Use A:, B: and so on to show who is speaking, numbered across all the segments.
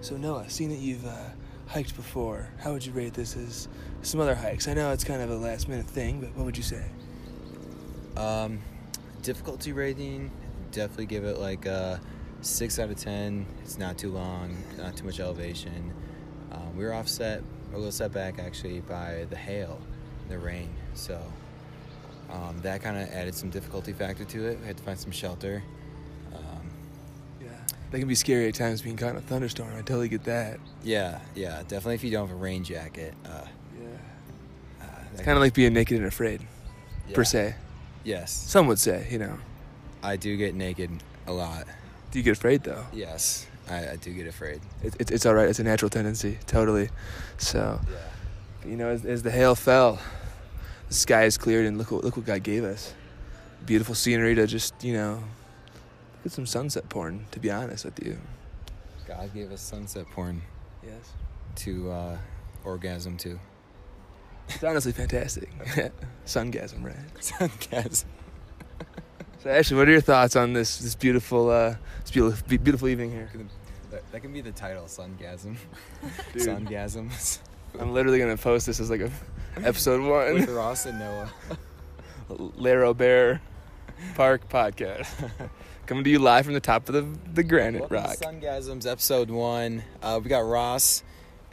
A: So Noah, seeing that you've uh, hiked before, how would you rate this as some other hikes? I know it's kind of a last minute thing, but what would you say?
B: Um, difficulty rating, definitely give it like a six out of ten. It's not too long, not too much elevation. Um, we were offset, or a little setback actually, by the hail, the rain. So um, that kind of added some difficulty factor to it. We had to find some shelter. Um,
A: Yeah, that can be scary at times being caught in a thunderstorm. I totally get that.
B: yeah, yeah, definitely. If you don't have a rain jacket, uh, uh,
A: Yeah, it's
B: that
A: kind
B: can-
A: of like being naked and afraid,
B: yeah.
A: per se.
B: Yes,
A: Some would say, you know.
B: I do get naked a lot.
A: Do you get afraid though?
B: Yes, I, I do get afraid.
A: It, it, it's all right. It's a natural tendency, totally. So,
B: Yeah.
A: you know, as, as the hail fell, the sky is cleared, and look what look what God gave us. Beautiful scenery to just you know, look at some sunset porn. To be honest with you.
B: God gave us sunset porn
A: Yes.
B: to uh, orgasm to.
A: It's honestly fantastic. Sungasm, right?
B: Sungasm.
A: So, Ashley, what are your thoughts on this this beautiful uh, this beautiful beautiful evening here?
B: That, that can be the title, Sungasm.
A: Dude.
B: Sungasms.
A: I'm literally gonna post this as like a episode one.
B: With Ross and Noah.
A: Laro Bear Park podcast. Coming to you live from the top of the, the granite
B: Welcome
A: rock.
B: to Sungasms, episode one. Uh, we got Ross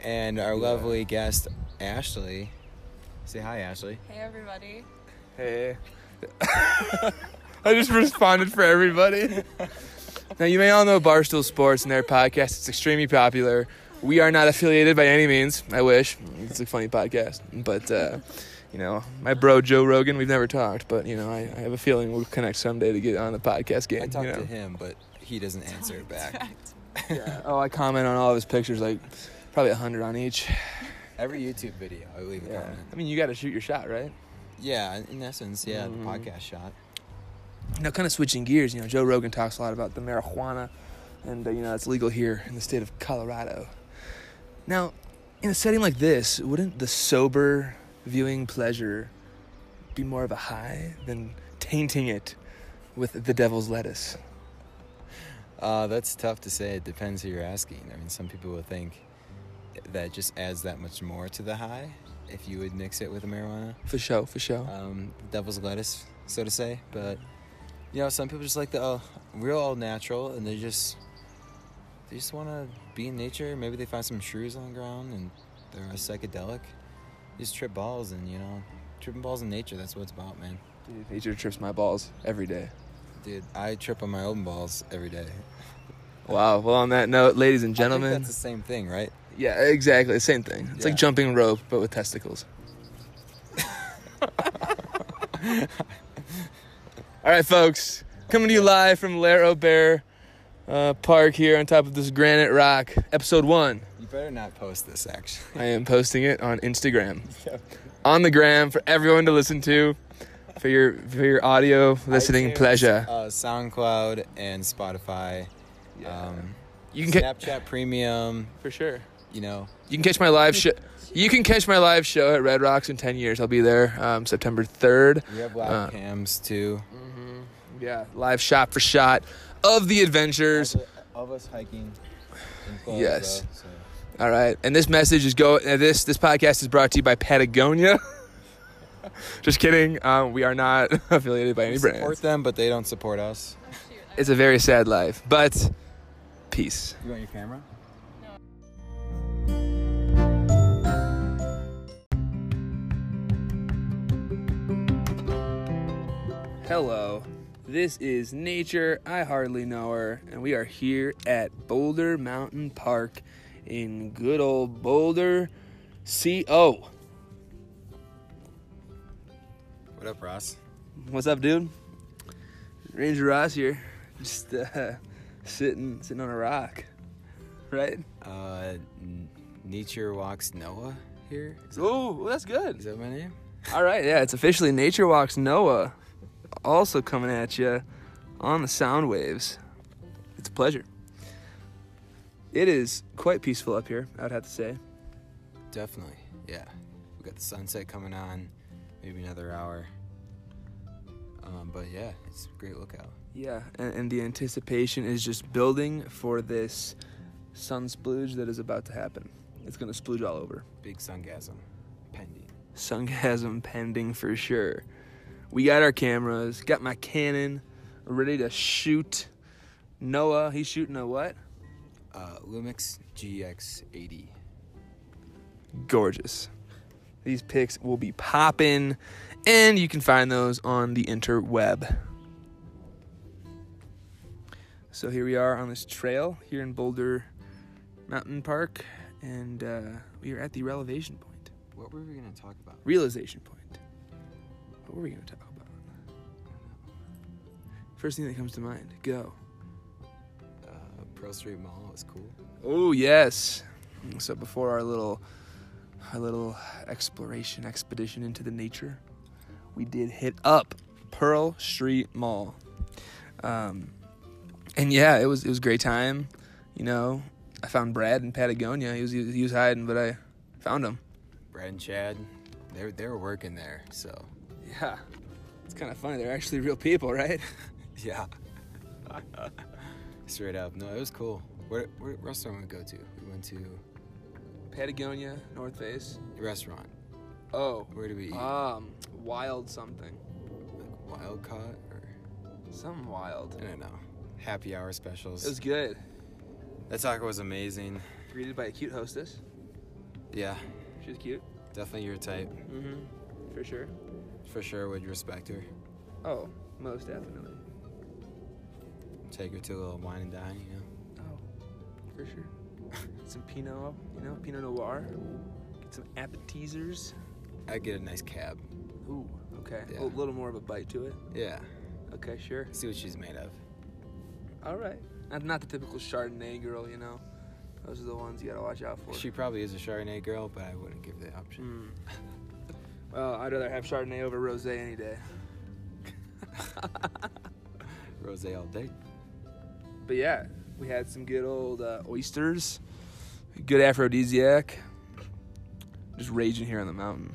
B: and our
A: Yeah.
B: lovely guest, Ashley. Say hi, Ashley.
C: Hey everybody.
A: Hey. I just responded for everybody. Now, you may all know Barstool Sports and their podcast. It's extremely popular. We are not affiliated by any means. I wish. It's a funny podcast. But, uh, you know, my bro Joe Rogan, we've never talked, but, you know, I, I have a feeling we'll connect someday to get on the podcast game.
B: I talked
A: you know?
B: to him, but he doesn't answer back.
A: Yeah. Oh, I comment on all of his pictures, like probably 100 on each.
B: Every YouTube video, I leave a
A: Yeah.
B: comment.
A: I mean, you got to shoot your shot, right?
B: Yeah, in essence, yeah,
A: Mhm.
B: the podcast shot.
A: Now, kind of switching gears, you know, Joe Rogan talks a lot about the marijuana, and uh, you know that's legal here in the state of Colorado. Now, in a setting like this, wouldn't the sober viewing pleasure be more of a high than tainting it with the devil's lettuce?
B: Uh, that's tough to say. It depends who you're asking. I mean, some people will think that just adds that much more to the high if you would mix it with the marijuana,
A: For show, for show.
B: um, devil's lettuce, so to say. But you know, some people just like the uh, real all natural, and they just they just want to be in nature. Maybe they find some shrews on the ground, and they're a psychedelic. Just trip balls, and you know, tripping balls in nature. That's what it's about, man.
A: Dude, nature trips my balls every day.
B: Dude, I trip on my own balls every day.
A: Wow. Well, on that note, ladies and
B: I
A: gentlemen.
B: think that's the same thing, right?
A: Yeah, exactly. Same thing. It's
B: Yeah.
A: like jumping rope, but with testicles. All right, folks. Coming to you live from Laro Bear uh, Park here on top of this granite rock, episode one.
B: You better not post this, actually.
A: I am posting it on Instagram, on the gram for everyone to listen to, for your for your audio listening
B: iTunes,
A: pleasure.
B: Uh, SoundCloud and Spotify. Um,
A: you can ca-
B: Snapchat Premium.
A: for sure.
B: You know,
A: You can catch my live show. You can catch my live show at Red Rocks in ten years. I'll be there um, September third.
B: we have live
A: Uh,
B: cams too.
A: Yeah, live shot for shot of the adventures.
B: of us hiking. In Pueblo,
A: Yes.
B: So.
A: All right, and this message is go. uh, This this podcast is brought to you by Patagonia. Just kidding. Um, we are not affiliated by any
B: We support
A: brand.
B: them, but they don't support us.
C: Oh, shoot. I
A: It's a very sad life, but peace.
B: You want your camera?
A: Hello, this is Nature. I hardly know her, and we are here at Boulder Mountain Park in good old Boulder, CO.
B: What up, Ross?
A: What's up, dude? Ranger Ross here, just uh, sitting sitting on a rock, right?
B: Uh, N- Nature Walks Noah here. Is that,
A: Oh, well, that's
B: is
A: good.
B: that my name?
A: All right, yeah, it's officially Nature Walks Noah, also coming at you on the sound waves. It's a pleasure. It is quite peaceful up here, I'd have to say.
B: Definitely. Yeah. We got the sunset coming on, maybe another hour. Um, but yeah, it's a great lookout.
A: Yeah, and, and the anticipation is just building for this sun splooge that is about to happen. It's gonna splooge all over.
B: Big sungasm pending.
A: Sungasm pending for sure. We got our cameras, got my Canon, ready to shoot. Noah, he's shooting a what?
B: Uh, Lumix GX80.
A: Gorgeous. These pics will be popping, and you can find those on the interweb. So here we are on this trail here in Boulder Mountain Park, and uh, we are at the relevation point,
B: What were we gonna talk about?
A: realization point. What were we going to talk about? First thing that comes to mind, go.
B: Uh, Pearl Street Mall was cool.
A: Oh yes. So before our little our little exploration expedition into the nature, we did hit up Pearl Street Mall. Um, and yeah, it was it was a great time. You know, I found Brad in Patagonia. He was he was, he was hiding, but I found him.
B: Brad and Chad, they were, they were working there, so
A: Yeah. It's kind of funny. They're actually real people, right?
B: yeah. Straight up, no, it was cool. What, what restaurant we go to? We went to
A: Patagonia, North Face.
B: a restaurant.
A: Oh.
B: Where do we eat?
A: Um, wild something.
B: like wild caught or
A: Something wild.
B: I don't know. Happy hour specials.
A: It was good.
B: that taco was amazing.
A: Greeted by a cute hostess.
B: Yeah,
A: She was cute.
B: definitely your type
A: Mm-hmm. For sure.
B: for sure. Would respect her.
A: Oh, most definitely.
B: Take her to a little wine and dine. You know.
A: Oh, for sure. some Pinot, you know, Pinot Noir. Get some appetizers.
B: I'd get a nice cab.
A: Ooh, okay.
B: Yeah.
A: A little more of a bite to it.
B: Yeah.
A: Okay, sure.
B: See what she's made of.
A: All right. Not, not the typical Chardonnay girl, you know. Those are the ones you gotta watch out for.
B: She probably is a Chardonnay girl, but I wouldn't give the option.
A: Mm. Well, I'd rather have Chardonnay over rosé any day. Hmm.
B: Rosé all day.
A: But yeah, we had some good old uh, oysters, good aphrodisiac. Just raging here on the mountain.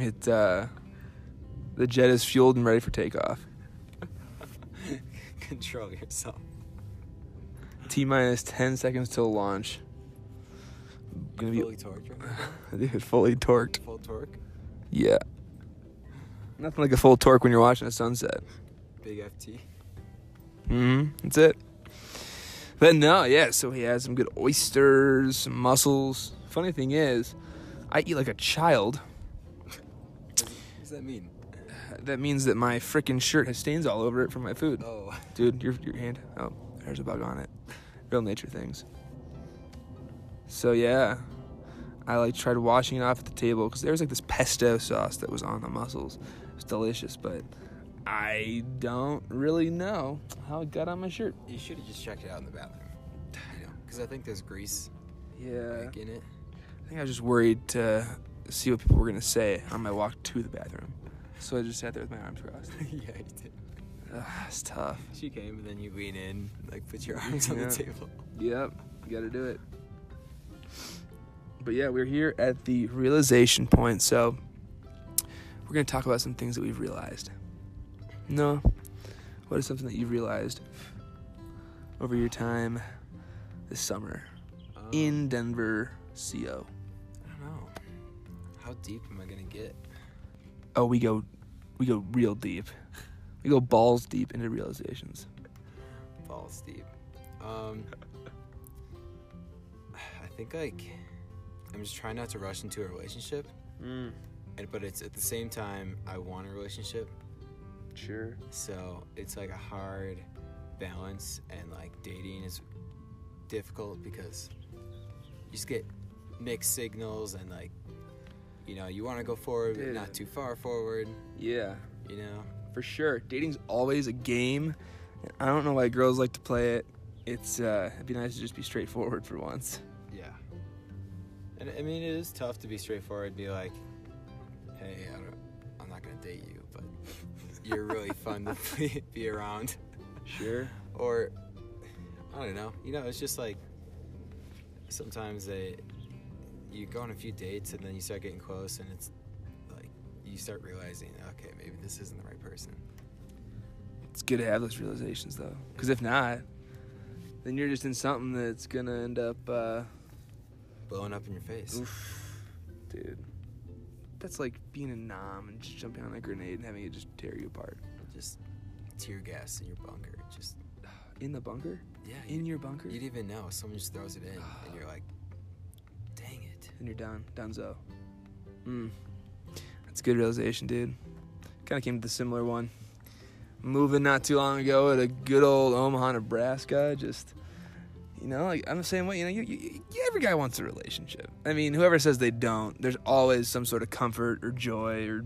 A: It uh, the jet is fueled and ready for takeoff.
B: Control yourself.
A: T minus ten seconds till launch. Gonna be
B: Fully torqued.
A: dude, fully torqued.
B: Full torque.
A: Yeah. Nothing like a full torque when you're watching a sunset.
B: Big FT.
A: hmm That's it. But no, yeah, so he had some good oysters, some mussels. Funny thing is, I eat like a child.
B: What does that mean?
A: That means that my frickin' shirt has stains all over it from my food.
B: Oh,
A: Dude, your, your hand. Oh, there's a bug on it. Real nature things. So yeah, I like tried washing it off at the table because there was like this pesto sauce that was on the mussels. It was delicious, but I don't really know how it got on my shirt.
B: you should have just checked it out in the bathroom. You know, because I think there's grease
A: Yeah.
B: like, in it.
A: I think I was just worried to see what people were gonna say on my walk to the bathroom. So I just sat there with my arms crossed.
B: yeah, you did.
A: Ugh, it's tough.
B: She came and then you lean in, like put your arms on
A: Yeah.
B: the table.
A: Yep, you gotta do it. But yeah, we're here at the realization point, so we're gonna talk about some things that we've realized. No, what is something that you've realized over your time this summer
B: Um,
A: in Denver, CO?
B: I don't know. How deep am I gonna get?
A: Oh, we go, we go real deep. We go balls deep into realizations.
B: Balls deep. Um, I think like I'm just trying not to rush into a relationship,
A: Mm,
B: and but it's at the same time I want a relationship,
A: sure.
B: so it's like a hard balance, and like dating is difficult because you just get mixed signals and like you know you want to go forward but
A: Dude.
B: not too far forward
A: Yeah,
B: you know
A: for sure. Dating's always a game. and I don't know why girls like to play it. It's uh, it'd be nice to just be straightforward for once.
B: Yeah. And I mean, it is tough to be straightforward and be like, hey, I don't, I'm not going to date you, but you're really fun to be- be around.
A: Sure.
B: Or, I don't know. You know, it's just like sometimes they, you go on a few dates and then you start getting close and it's like, you start realizing, okay, maybe this isn't the right person.
A: It's good to have those realizations though, because if not, then you're just in something that's gonna end up, uh,
B: Blowing up in your face.
A: oof, dude. That's like being a nom and just jumping on a grenade and having it just tear you apart.
B: Just tear gas in your bunker. Just
A: In the bunker?
B: yeah.
A: In your bunker?
B: You'd even know. Someone just throws it in, and you're like, dang it.
A: and you're done. Dunzo. Mm. That's a good realization, dude. Kind of came to the similar one. Moving not too long ago at a good old Omaha, Nebraska. Just, you know, like I'm the same way. You know, you, you, you- every guy wants a relationship. I mean, whoever says they don't, there's always some sort of comfort or joy or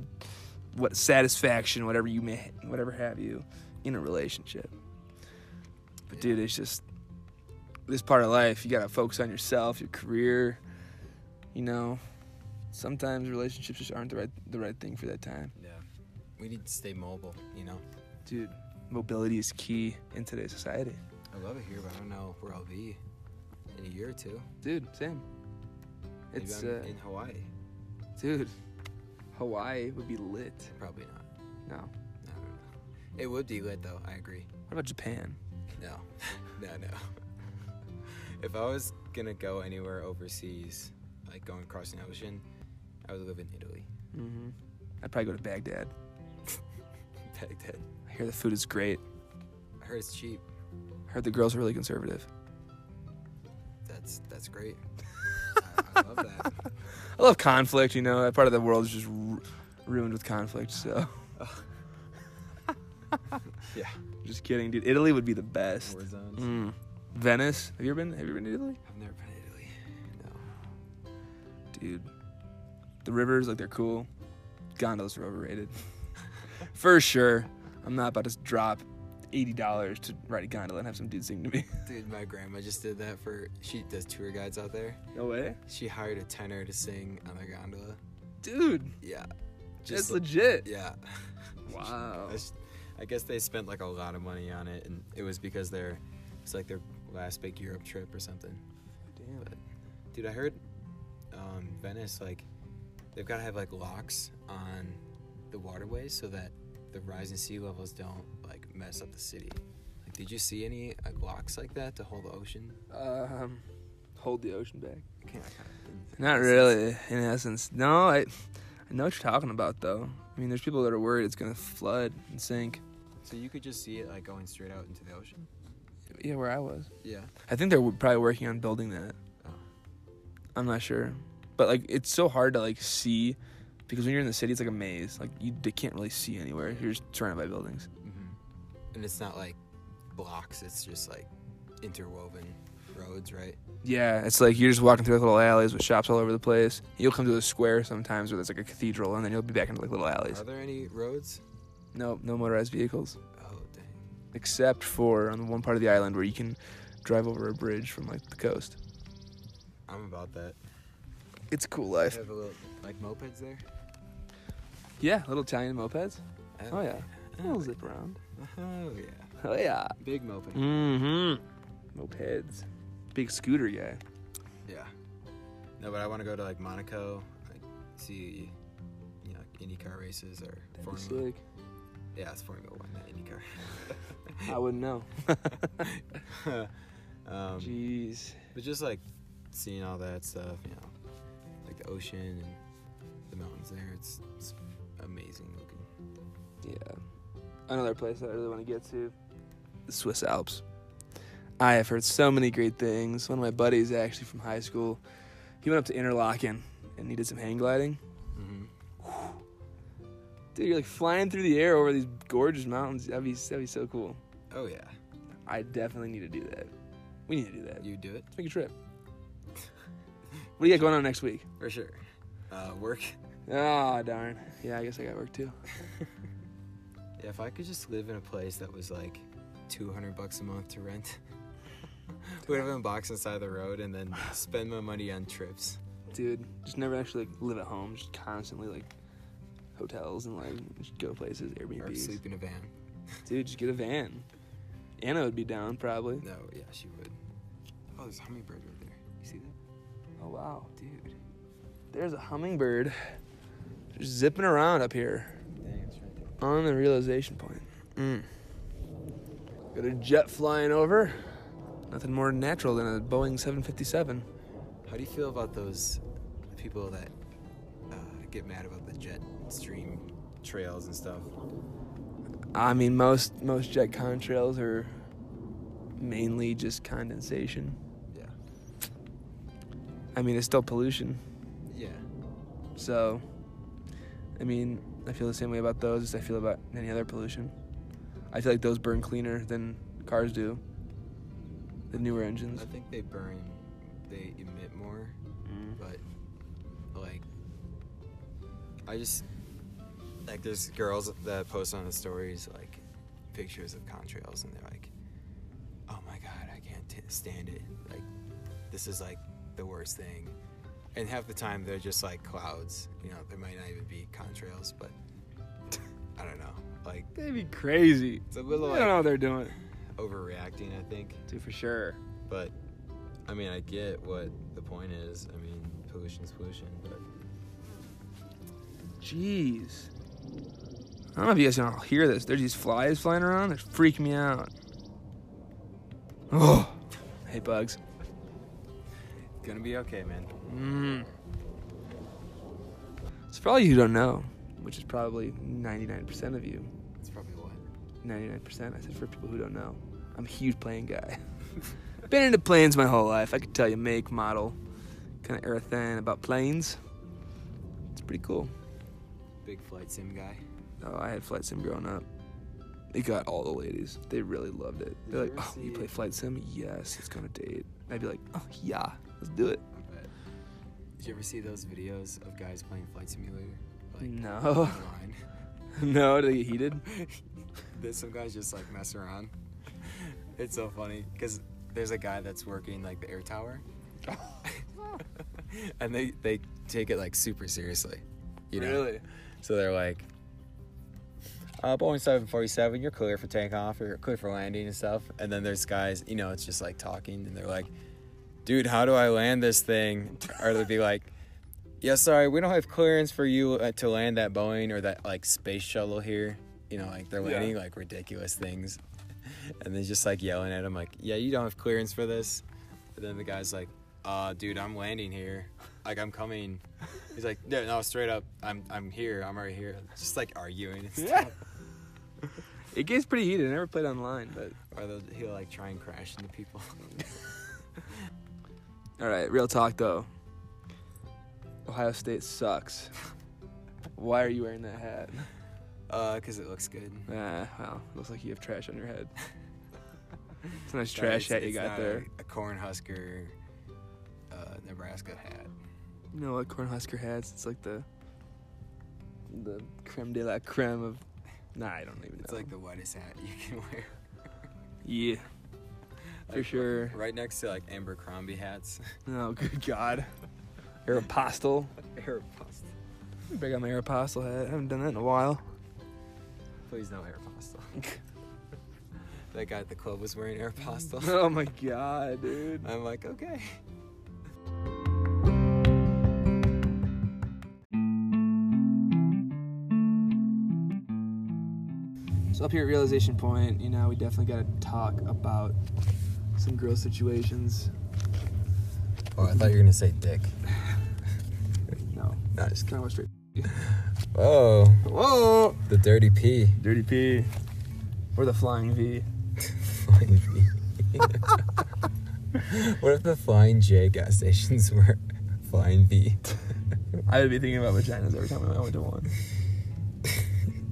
A: what satisfaction, whatever you may, whatever have you, in a relationship. But dude, it's just this part of life. You gotta focus on yourself, your career, you know sometimes relationships just aren't the right the right thing for that time
B: Yeah. We need to stay mobile, you know?
A: dude mobility is key in today's society
B: I love it here, but I don't know where I'll be in a year or two.
A: dude same
B: Maybe
A: it's
B: I'm
A: uh,
B: in Hawaii.
A: dude hawaii would be lit
B: Probably not.
A: no what
B: I don't know. It would be lit, though. I agree.
A: about japan
B: No, no, no. If I was gonna go anywhere overseas, like going across an ocean, I would live in Italy,
A: mm-hmm. i'd probably go to baghdad
B: Baghdad.
A: i hear the food is great
B: I heard it's cheap.
A: i heard the girls are really conservative
B: That's that's great. I, I love that.
A: i love conflict you know that part of the world is just ru- ruined with conflict so
B: Yeah.
A: just kidding dude italy would be the best
B: War zones.
A: mm. venice have you ever been have you ever been to italy
B: I've never been to Italy. No.
A: dude. The rivers, like they're cool. Gondolas are overrated. For sure. I'm not about to drop eighty dollars to ride a gondola and have some dude sing to me.
B: Dude, my grandma just did that for. She does tour guides out there.
A: No way.
B: She hired a tenor to sing on their gondola.
A: Dude,
B: Yeah.
A: just
B: Just
A: legit. Oh.
B: yeah.
A: Wow.
B: I, s- I guess they spent like a lot of money on it, and it was because their it's like their last big Europe trip or something.
A: Damn.
B: Dude, I heard um, Venice like they've got to have like locks on the waterways so that the rising sea levels don't like mess up the city. Like, did you see any like locks like that to hold the ocean?
A: Um hold the ocean back.
B: I can't- I can't-
A: Not really, in essence. No, I I know what you're talking about though. I mean there's people that are worried it's gonna flood and sink.
B: So you could just see it like going straight out into the ocean.
A: Yeah, where I was.
B: Yeah.
A: I think they're w- probably working on building that.
B: Oh.
A: I'm not sure, but like it's so hard to like see because when you're in the city, it's like a maze. Like you d- can't really see anywhere. You're just surrounded by buildings.
B: hmm And it's not like blocks; it's just like interwoven roads, right?
A: Yeah, it's like you're just walking through like little alleys with shops all over the place. You'll come to a square sometimes where there's like a cathedral, and then you'll be back into like little alleys.
B: Are there any roads?
A: No, no motorized vehicles
B: Oh dang!
A: except for on the one part of the island where you can drive over a bridge from like the coast.
B: I'm about that.
A: It's a cool
B: They
A: life.
B: have a little like mopeds there.
A: Yeah, little Italian mopeds. Oh
B: Uh,
A: yeah, little zip around.
B: Oh yeah.
A: Oh yeah.
B: Big moped.
A: Mm-hmm. Mopeds. Big scooter guy.
B: Yeah. No, but I want to go to like Monaco, like see, you know, like, IndyCar races or Formula. Yeah, it's Formula One, not
A: I wouldn't know.
B: IndyCar. um,
A: Jeez.
B: But just like seeing all that stuff, you know, like the ocean and the mountains there, it's, it's amazing looking.
A: Yeah. Another place that I really want to get to. The Swiss Alps. I have heard so many great things. One of my buddies actually from high school, he went up to Interlaken and he did some hang gliding.
B: Mm-hmm.
A: Dude, you're like flying through the air over these gorgeous mountains. That'd be, that'd be so cool.
B: Oh yeah,
A: I definitely need to do that. We need to do that.
B: you do it
A: Let's make a trip. what do you got going on next week?
B: for sure. Uh, work.
A: Oh, darn. Yeah, I guess I got work too.
B: Yeah, if I could just live in a place that was like 200 bucks a month to rent, we'd have a box on the side of the road and then spend my money on trips.
A: Dude, just never actually like live at home, just constantly like hotels and like just go places,
B: Or
A: Airbnbs.
B: sleep in a van.
A: Dude, just get a van. Anna would be down probably.
B: No, yeah, she would. Oh, there's a hummingbird right there. You see that?
A: Oh wow.
B: Dude.
A: There's a hummingbird just zipping around up here
B: Dang, it's right there.
A: on the realization point. Mm. Got a jet flying over. Nothing more natural than a Boeing 757.
B: How do you feel about those people that uh, get mad about the jet stream trails and stuff?
A: I mean, most most jet contrails are mainly just condensation.
B: Yeah.
A: I mean, it's still pollution.
B: Yeah.
A: So, I mean, I feel the same way about those as I feel about any other pollution. I feel like those burn cleaner than cars do. The newer
B: I
A: engines.
B: think they burn, they emit more, but like, I just like there's girls that post on the stories like pictures of contrails and they're like, oh my god, I can't t- stand it. Like, this is like the worst thing. And half the time they're just like clouds. You know, there might not even be contrails, but I don't know. Like,
A: They'd be crazy.
B: it's a little
A: I don't know what
B: like
A: they're doing.
B: overreacting, I think.
A: Dude, for sure.
B: But I mean, I get what the point is. I mean, pollution's pollution, but
A: Jeez. I don't know if you guys can all hear this. There's these flies flying around. They're freaking me out. Oh, I hate bugs.
B: gonna be okay, man.
A: Mm. So for all you who don't know, which is probably 99% of you,
B: It's probably what.
A: 99%, I said for people who don't know, I'm a huge plane guy. Been into planes my whole life. I could tell you make, model, kind of everything about planes. It's pretty cool.
B: Big flight sim guy.
A: Oh, I had flight sim growing up. It got all the ladies. They really loved it.
B: Did
A: They're
B: you
A: like,
B: ever
A: "Oh, you
B: see-
A: play flight sim? Yes, it's gonna date." I'd be like, "Oh yeah, let's do it."
B: I bet. Did you ever see those videos of guys playing flight simulator? Like
A: No,
B: online.
A: no, did they get heated?
B: There's some guys just like mess around. It's so funny because there's a guy that's working like the air tower, and they they take it like super seriously. You know?
A: Really?
B: So they're like, uh, Boeing 747, you're clear for takeoff, you're clear for landing and stuff. And then there's guys, you know, it's just like talking, and they're like, dude, how do I land this thing? Or they'd be like, yeah, sorry, we don't have clearance for you uh, to land that Boeing or that like space shuttle here. You know, like they're
A: Yeah.
B: landing like ridiculous things. And they're just like yelling at him, like, yeah, you don't have clearance for this. And then the guy's like, uh, dude, I'm landing here. Like, I'm coming. He's like, no, no, straight up, I'm, I'm here. I'm right here. Just like arguing and stuff.
A: Yeah. It gets pretty heated. I never played online, but
B: Or they'll, he'll like try and crash into people.
A: all right. Real talk though. Ohio State sucks. Why are you wearing that hat?
B: uh, cause it looks good.
A: Ah, well, looks like you have trash on your head. It's a nice
B: But
A: trash
B: it's-
A: hat you
B: it's
A: got
B: not a-
A: there.
B: A, Cornhusker, uh, Nebraska hat.
A: You know what Cornhusker hats? It's like the the creme de la creme of. Nah, I don't even know.
B: It's like the whitest hat you can wear.
A: yeah, for sure.
B: Right next to like Abercrombie hats.
A: Oh, good God. Aeropostale.
B: Aeropostale.
A: Break out my Aeropostale hat. I haven't done that in a while.
B: Please no Aeropostale. that guy at the club was wearing Aeropostale.
A: oh my God, dude.
B: I'm like, okay.
A: So up here at Realization Point, you know, we definitely got to talk about some girl situations.
B: Oh, I thought you were gonna say dick.
A: No,
B: Nice.
A: kind of straight.
B: Oh,
A: Whoa,
B: the dirty P.
A: dirty P, or the flying V.
B: Flying V. what if the Flying J gas stations were Flying V?
A: I would be thinking about vaginas every time I went to one.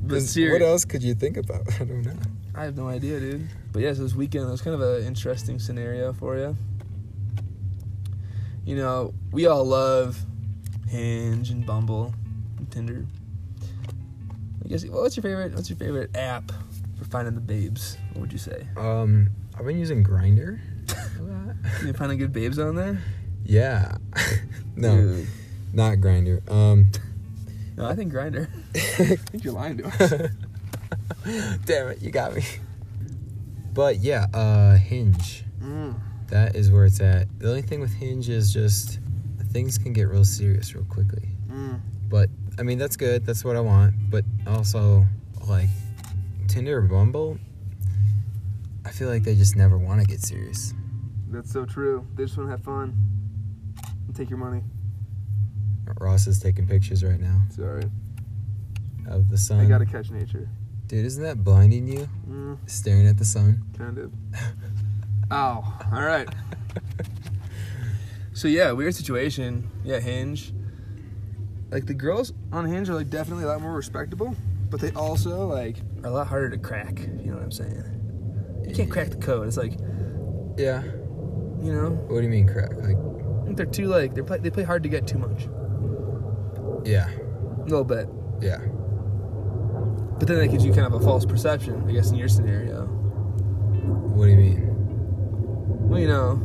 A: But
B: Then
A: serious.
B: What else could you think about? I don't know.
A: I have no idea, dude. But yeah, so this weekend was kind of an interesting scenario for you. You know, we all love Hinge and Bumble and Tinder. I guess what's your favorite? What's your favorite app for finding the babes? What would you say?
B: Um, I've been using Grinder.
A: You finding good babes on there?
B: yeah. no,
A: Dude.
B: not Grinder. Um,
A: No, I think Grinder. I think you're lying to us.
B: damn it, you got me. But yeah, uh, Hinge.
A: Mm.
B: That is where it's at. The only thing with Hinge is just things can get real serious real quickly.
A: Mm.
B: But I mean, that's good. That's what I want. But also, like Tinder or Bumble, I feel like they just never want to get serious.
A: That's so true. They just want to have fun and take your money.
B: Ross is taking pictures right now
A: Sorry.
B: of the
A: They
B: sun.
A: got to catch nature.
B: Dude, isn't that blinding you?
A: Mm,
B: Staring at the sun.
A: kind of. Ow. All right. So, yeah, weird situation. Yeah, Hinge. Like, the girls on Hinge are, like, definitely a lot more respectable, but they also, like, are a lot harder to crack. You know what I'm saying? You can't crack the code. It's like,
B: Yeah.
A: you know,
B: What do you mean crack? Like,
A: I think they're too like they play they play hard to get too much
B: yeah,
A: a little bit,
B: yeah.
A: but then that gives you kind of a false perception, I guess, in your scenario.
B: What do you mean?
A: Well, you know,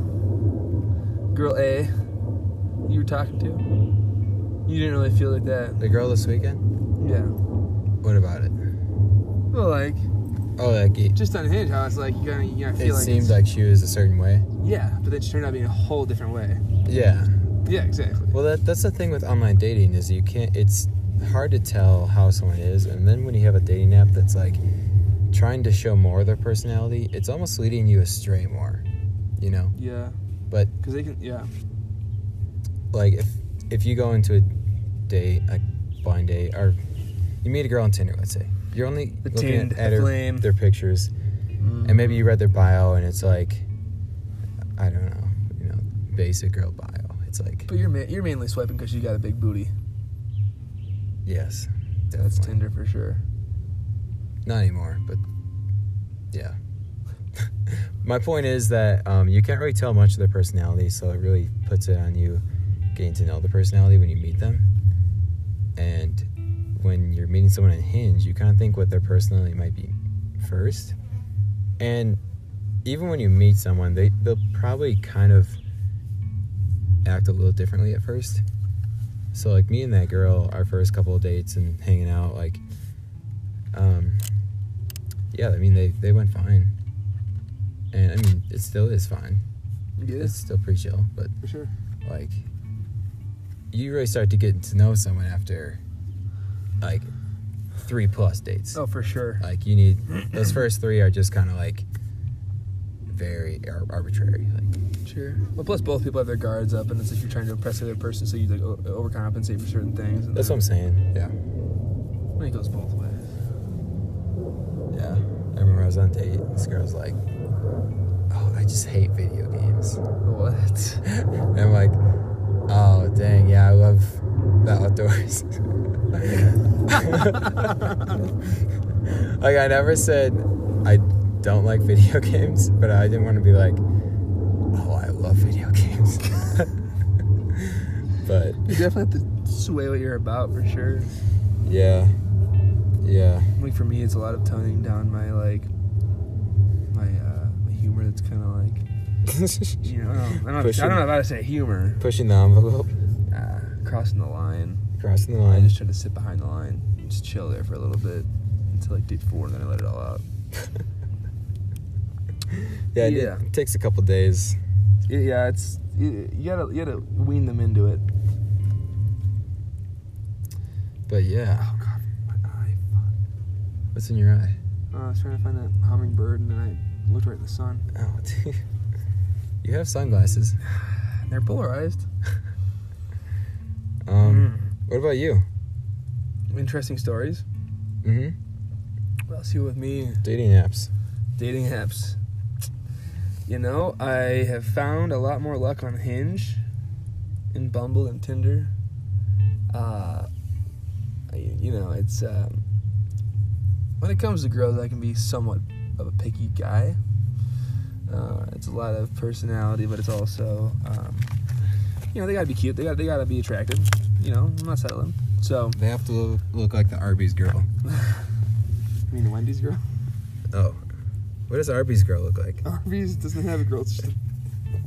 A: girl A, you were talking to, you didn't really feel like that.
B: The girl this weekend?
A: Yeah.
B: What about it?
A: Well, like
B: Oh, that geek.
A: just on Hinge, how it's like you kind of you gotta
B: It
A: feel like
B: seemed
A: it's-
B: like she was a certain way.
A: yeah, but then she turned out being a whole different way.
B: Yeah.
A: Yeah, exactly.
B: Well, that that's the thing with online dating is you can't. It's hard to tell how someone is, and then when you have a dating app that's like trying to show more of their personality, it's almost leading you astray more. You know,
A: Yeah,
B: but
A: because they can. Yeah,
B: like if if you go into a date, a blind date, or you meet a girl on Tinder, let's say, you're only
A: The
B: looking
A: Tind,
B: at
A: the
B: her-
A: flame.
B: their pictures,
A: Mm.
B: and maybe you read their bio, and it's like, I don't know, you know, basic girl bio. It's like,
A: but you're ma- you're mainly swiping because you got a big booty.
B: yes,
A: That's
B: definitely.
A: Tinder for sure.
B: Not anymore, but yeah. My point is that um, you can't really tell much of their personality, so it really puts it on you getting to know the personality when you meet them. And when you're meeting someone on Hinge, you kind of think what their personality might be first. And even when you meet someone, they, they'll probably kind of act a little differently at first. So, like, me and that girl, our first couple of dates and hanging out, like, um, yeah, I mean they they went fine, and I mean it still is fine.
A: Yeah,
B: It's still pretty chill, but
A: for sure.
B: like you really start to get to know someone after like three plus dates.
A: Oh, for sure.
B: Like you need those first three are just kind of like very ar- arbitrary. Like
A: Sure. Well, plus both people have their guards up, and it's like you're trying to impress the other person, so you like o- overcompensate for certain things. And
B: that's what I'm saying. Yeah,
A: I'm. It goes both ways.
B: yeah. I remember I was on a date. This girl's like, "Oh, I just hate video games."
A: What?
B: And I'm like, oh dang, yeah, I love the outdoors. like I never said I don't like video games, but I didn't want to be like, oh, I love video games. but
A: You definitely have to sway what you're about for sure.
B: yeah, yeah,
A: Like for me, it's a lot of toning down my like my uh, my humor. That's kind of like you know I don't, I don't, I
B: Pushing-
A: don't know how to say humor.
B: pushing the envelope,
A: Uh, crossing the line.
B: crossing the
A: I
B: line.
A: just try to sit behind the line, and just chill there for a little bit until like date four, and then I let it all out.
B: Yeah, it-
A: Yeah.
B: it takes a couple days.
A: Yeah, Yeah, it's you, you gotta you gotta wean them into it.
B: But yeah,
A: Oh god, my eye. Fuck.
B: what's in your eye?
A: Uh, I was trying to find that hummingbird, and then I looked right at the sun.
B: Oh, dude, you have sunglasses.
A: And they're polarized.
B: Um, what about you?
A: Mm. Interesting stories.
B: Mm-hmm.
A: What else you with me?
B: Dating apps.
A: Dating apps. You know, I have found a lot more luck on Hinge, in Bumble and Tinder. Uh, I- you know, it's um, when it comes to girls, I can be somewhat of a picky guy. Uh, it's a lot of personality, but it's also, um, you know, they gotta be cute. They got to they gotta be attractive. You know, I'm not settling. So
B: They have to look, look like the Arby's girl.
A: I mean, Wendy's girl.
B: Oh, what does Arby's girl look like?
A: Arby's doesn't have a girl. It's just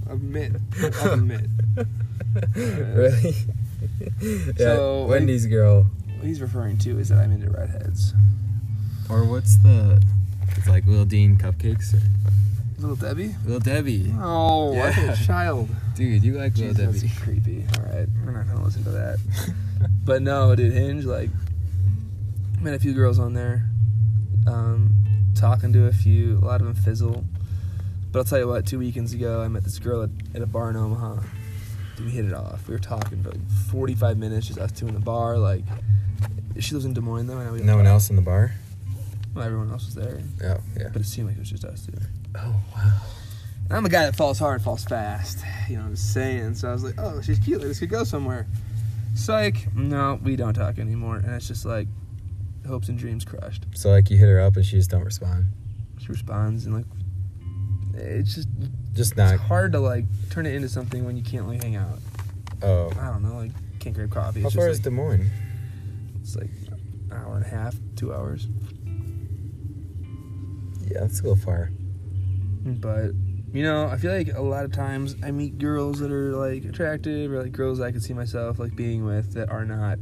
A: a, a mitt. A mitt.
B: really? yeah,
A: So,
B: Wendy's girl.
A: What he's referring to is that I'm into redheads.
B: Or what's the? It's like Little Dean cupcakes. Or,
A: Little Debbie?
B: Little Debbie.
A: Oh,
B: I thought
A: child.
B: Dude, you like
A: Jeez,
B: Little
A: that's
B: Debbie?
A: creepy. All right, we're not gonna listen to that. but no, did Hinge like met a few girls on there, um, talking to a few, a lot of them fizzle. But I'll tell you what, two weekends ago, I met this girl at, at a bar in Omaha. Dude, we hit it off. We were talking for like 45 minutes, just us two in the bar. Like, she lives in Des Moines, though. And I- we
B: No one else in the bar?
A: Well, everyone else was there.
B: Oh, yeah.
A: But it seemed like it was just us two.
B: Oh, wow.
A: And I'm a guy that falls hard, falls fast. You know what I'm saying? So I was like, oh, she's cute. Like, this could go somewhere. Psych. No, we don't talk anymore. And it's just like hopes and dreams crushed.
B: So, like, you hit her up and she just don't respond.
A: She responds and like, it's just
B: Just not.
A: it's hard to like turn it into something when you can't like hang out.
B: Oh.
A: I don't know, like can't grab coffee.
B: How
A: It's
B: far is
A: just
B: Des
A: like,
B: Moines?
A: it's like an hour and a half, two hours.
B: Yeah, that's a little far.
A: But you know, I feel like a lot of times I meet girls that are like attractive or like girls I could see myself like being with that are not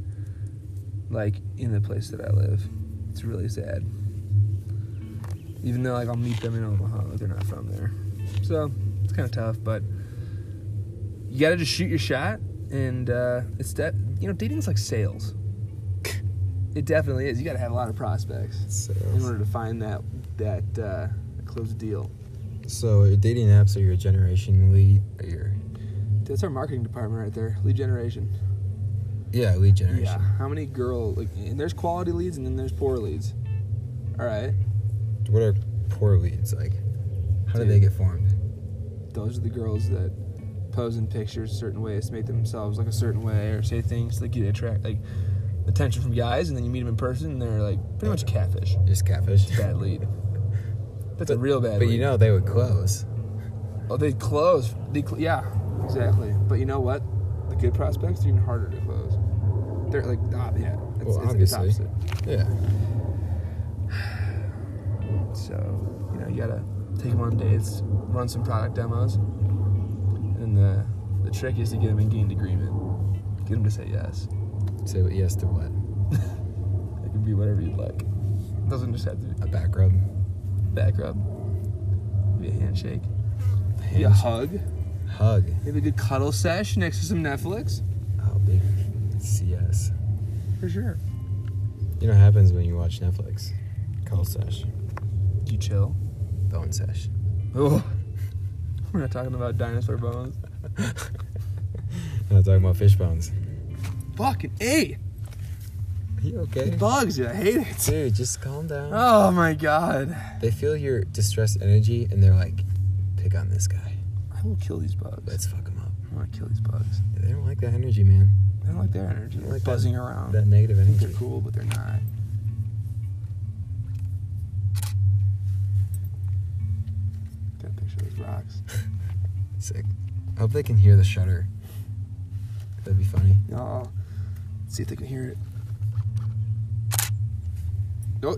A: like in the place that I live. It's really sad. Even though like I'll meet them in Omaha, like they're not from there. So it's kind of tough, but you gotta just shoot your shot. And uh, it's that you know dating's like sales. it definitely is. You gotta have a lot of prospects
B: So,
A: in order to find that that uh, closed deal.
B: so your dating apps are your generation lead. Or your,
A: That's our marketing department right there, lead generation.
B: yeah, lead generation.
A: How many girl like and there's quality leads and then there's poor leads. All right.
B: What are poor leads like? How do
A: Dude.
B: they get formed?
A: Those are the girls that pose in pictures certain ways to make themselves look a certain way or say things that get attract like attention from guys and then you meet them in person and they're like pretty much catfish.
B: Just catfish.
A: Bad lead. That's a real bad
B: But
A: lead.
B: you know they would close.
A: Oh, they close. They cl- yeah, exactly. But you know what? The good prospects are even harder to close. They're like, ah, yeah. It's,
B: Well,
A: it's-
B: obviously.
A: It's opposite.
B: Yeah.
A: So, you know, you gotta take them on dates, run some product demos, and the the trick is to get them in gained agreement. Get them to say yes.
B: Say yes to what?
A: It can be whatever you'd like. doesn't just have to be
B: A back rub.
A: a back rub. Be a handshake. Be a
B: Hand
A: hug.
B: Hug.
A: Maybe a good cuddle sesh next to some Netflix.
B: Oh, big CS.
A: For sure.
B: You know what happens when you watch Netflix? Call sesh.
A: You chill.
B: Bone sesh.
A: Oh. We're not talking about dinosaur bones.
B: I'm not talking about fish bones.
A: Fucking A.
B: You okay?
A: It bugs you. I hate it.
B: Dude, just calm down.
A: Oh my god.
B: They feel your distressed energy and they're like, pick on this guy.
A: I will kill these bugs.
B: Let's fuck him up.
A: I'm gonna kill these bugs.
B: They don't like that energy, man.
A: I don't like their energy. They're
B: like that-
A: buzzing around.
B: That negative
A: I think they're
B: energy.
A: cool, but they're not. Got a picture of those rocks.
B: Sick. I hope they can hear the shutter. That'd be funny.
A: Oh, let's see if they can hear it. Oh,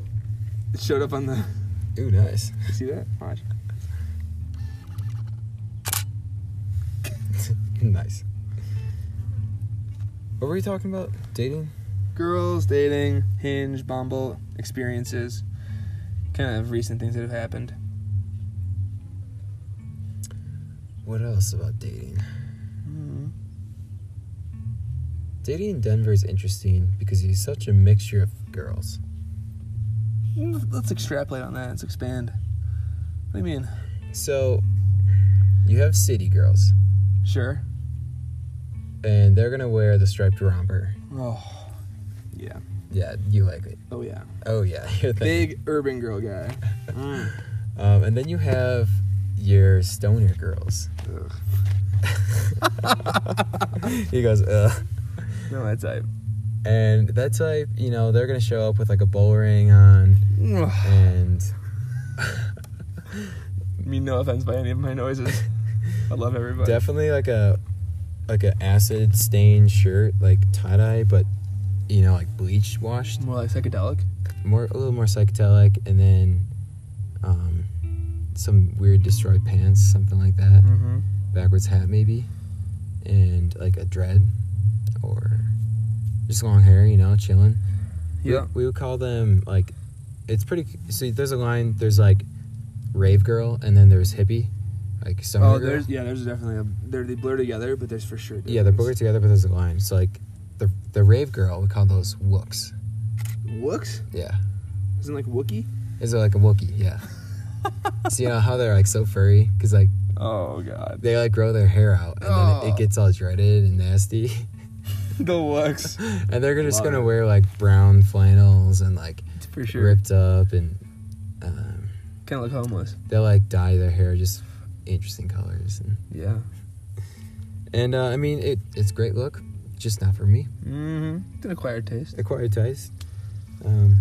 A: it showed up on the.
B: Ooh, nice.
A: You see that? Watch.
B: nice. What were you talking about? Dating?
A: Girls, dating, hinge, bumble, experiences, kind of recent things that have happened.
B: What else about dating?
A: Mm-hmm.
B: Dating in Denver is interesting because he's such a mixture of girls.
A: Let's extrapolate on that. Let's expand. What do you mean?
B: So, you have city girls,
A: Sure.
B: and they're gonna wear the striped romper.
A: Oh, yeah.
B: Yeah, you like it.
A: Oh, yeah.
B: Oh yeah, you're the-
A: Big urban girl guy. Mm.
B: Um, and then you have your stoner girls.
A: Ugh.
B: he goes, ugh.
A: No, that's I.
B: And that type, you know, they're gonna show up with like a bowl ring on,
A: I
B: and
A: mean, no offense by any of my noises. I love everybody.
B: definitely like a like an acid stained shirt, like tie dye, but you know, like bleach washed,
A: More like psychedelic.
B: more a little more psychedelic, and then um, some weird destroyed pants, something like that,
A: Mm-hmm.
B: backwards hat maybe, and like a dread, or just long hair, you know, chilling. We-
A: Yeah. Oh,
B: we, would call them like it's pretty. So there's a line. There's like rave girl, and then there's hippie, like summer
A: Oh,
B: girl.
A: there's yeah, there's definitely a they're they blur together, but there's for sure.
B: Yeah, they're blurred together, but there's a line. So like the the rave girl, we call those wooks.
A: Wooks
B: Yeah,
A: isn't like Wookie.
B: is it like a wookie? Yeah, so you know how they're like so furry because like
A: Oh god.
B: they like grow their hair out and then it,
A: Oh.
B: it gets all dreaded and nasty.
A: The looks.
B: and they're just
A: Love
B: gonna
A: it.
B: wear like brown flannels and like
A: It's for sure.
B: ripped up and um,
A: Kind of look homeless.
B: they'll like dye their hair just interesting colors and,
A: Yeah.
B: and uh, I mean it it's a great look, just not for me.
A: Mm-hmm. It's an acquired taste.
B: Acquired taste. Um,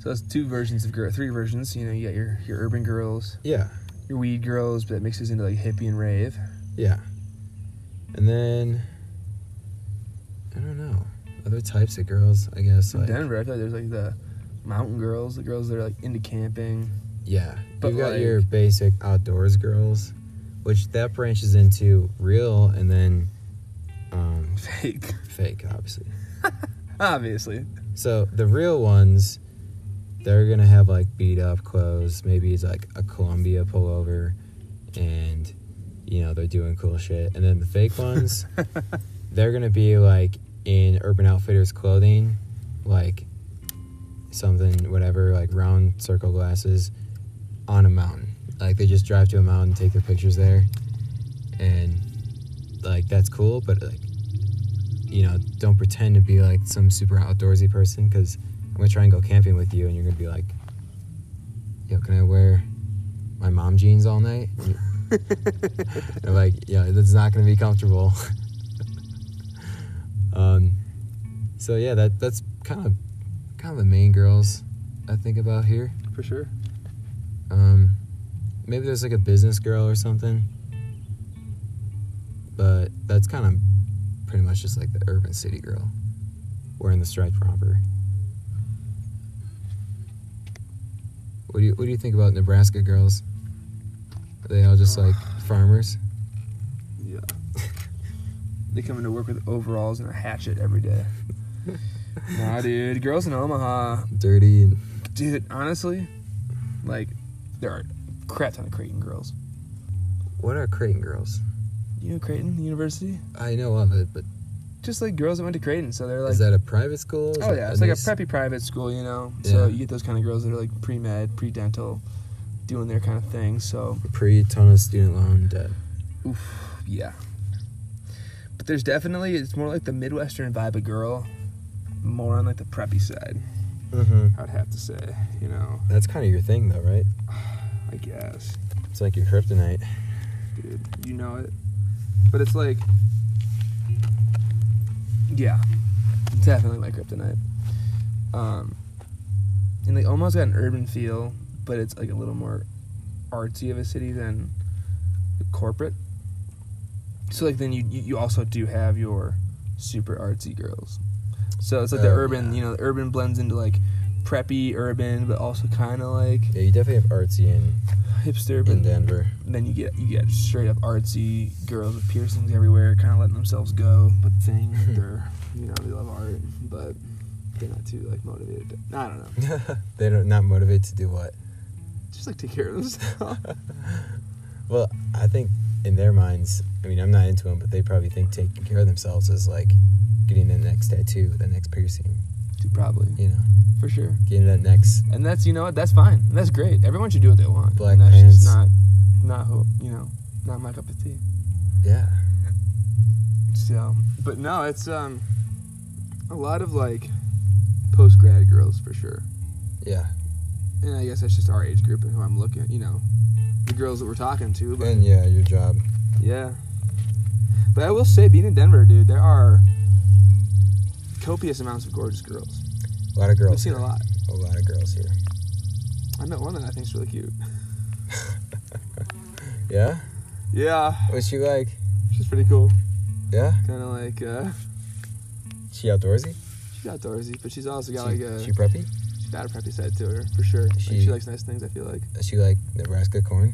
A: So that's two versions of girl, three versions. You know, you got your your urban girls,
B: yeah,
A: your weed girls, but that mixes into like hippie and rave.
B: yeah. And then I don't know other types of girls. I guess
A: In
B: like
A: Denver, I feel like there's like the mountain girls, the girls that are like into camping.
B: Yeah,
A: But,
B: you've got your basic outdoors girls, which that branches into real and then um,
A: Fake,
B: fake, obviously.
A: obviously.
B: So the real ones, they're gonna have like beat up clothes. Maybe it's like a Columbia pullover, and you know they're doing cool shit. And then the fake ones, they're gonna be like in Urban Outfitters clothing, like something whatever, like round circle glasses, on a mountain. Like they just drive to a mountain, take their pictures there, and like that's cool. But like you know, don't pretend to be like some super outdoorsy person because I'm gonna try and go camping with you, and you're gonna be like, "Yo, can I wear my mom jeans all night?" And, like, yeah, that's not gonna be comfortable. um, so yeah, that that's kind of kind of the main girls I think about here.
A: for sure.
B: Um, maybe there's like a business girl or something, but that's kind of pretty much just like the urban city girl wearing the stripe romper. What do you What do you think about Nebraska girls? Are they all just like farmers?
A: Yeah. they come into work with overalls and a hatchet every day. nah, dude. Girls in Omaha,
B: Dirty and
A: dude. Honestly, like there are a crap ton of Creighton girls.
B: what are Creighton girls?
A: You know Creighton University?
B: I know of it, but
A: Just like girls that went to Creighton, so they're like.
B: is that a private school? Is
A: Oh
B: it-
A: yeah,
B: are
A: it's like a
B: these-
A: preppy private school, you know. So
B: Yeah.
A: you get those kind of girls that are like pre med, pre dental, doing their kind of thing. So
B: pre ton of student loan debt.
A: yeah. But there's definitely it's more like the Midwestern vibe of girl, more on like the preppy side.
B: Mm-hmm.
A: I'd have to say, you know,
B: That's kind of your thing though, right?
A: I guess,
B: It's like your kryptonite.
A: dude, you know it. But it's like, yeah, definitely my kryptonite. Um, and like almost got an urban feel, but it's like a little more artsy of a city than the corporate. So like then you you you also do have your super artsy girls. So it's like the
B: Oh,
A: urban,
B: yeah.
A: you know, the urban blends into like preppy urban, but also kind of like
B: Yeah, you definitely have artsy in,
A: hipster. But
B: in Denver.
A: then you get you get straight up artsy girls with piercings everywhere, kind of letting themselves go. But the thing, they're you know they love art, but they're not too like motivated. to- I don't know,
B: they don't not motivated to do what?
A: just like take care of themselves.
B: Well, I think in their minds, I mean, I'm not into them, but they probably think taking care of themselves is like getting the next tattoo, the next piercing,
A: Dude, Probably
B: you know,
A: for sure.
B: getting that next.
A: And that's you know what that's fine. That's great. Everyone should do what they want.
B: Black
A: and that's just
B: pants.
A: not not who you know not my cup of tea.
B: Yeah.
A: So, but no, it's um a lot of like post grad girls for sure.
B: Yeah.
A: And I guess that's just our age group and who I'm looking. You know, the girls that we're talking to. But
B: And yeah, your job.
A: Yeah. But I will say, being in Denver, dude, there are copious amounts of gorgeous girls.
B: A lot of
A: I've
B: girls.
A: seen a
B: here.
A: lot.
B: A lot of girls here.
A: I met one that I think's really cute.
B: Yeah?
A: Yeah,
B: Was she like,
A: she's pretty cool.
B: yeah?
A: Kind of like, uh,
B: She outdoorsy?
A: she's outdoorsy, but she's also got
B: she,
A: like a,
B: she preppy?
A: she's got a preppy side to her, for sure. Like,
B: She-
A: she likes nice things, I feel like.
B: Is she like Nebraska corn?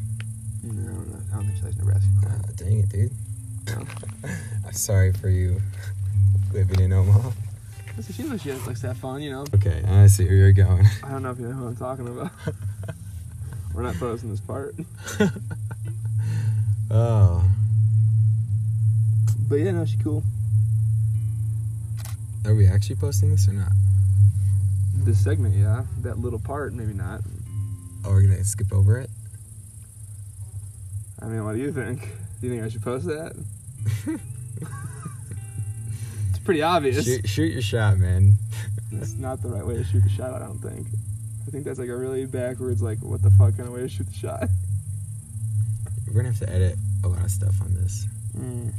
B: Mm.
A: No, I don't, know. I don't think she likes Nebraska
B: Ah,
A: corn.
B: dang it, dude.
A: No.
B: I'm sorry for you living in Omaha.
A: Listen, she knows she likes to have fun, you know.
B: Okay, I see where you're going.
A: I don't know if you know who I'm talking about. We're not posting this part.
B: Oh.
A: But yeah, no, she's cool.
B: Are we actually posting this or not?
A: This segment, yeah. That little part, maybe not.
B: Oh, gonna skip over it?
A: I mean, what do you think? Do you think I should post that? it's pretty obvious.
B: Shoot, shoot your shot, man.
A: That's not the right way to shoot the shot, I don't think. I think that's like a really backwards, like, what the fuck kind of way to shoot the shot.
B: We're gonna have to edit a lot of stuff on this. Hmm.
A: Mm.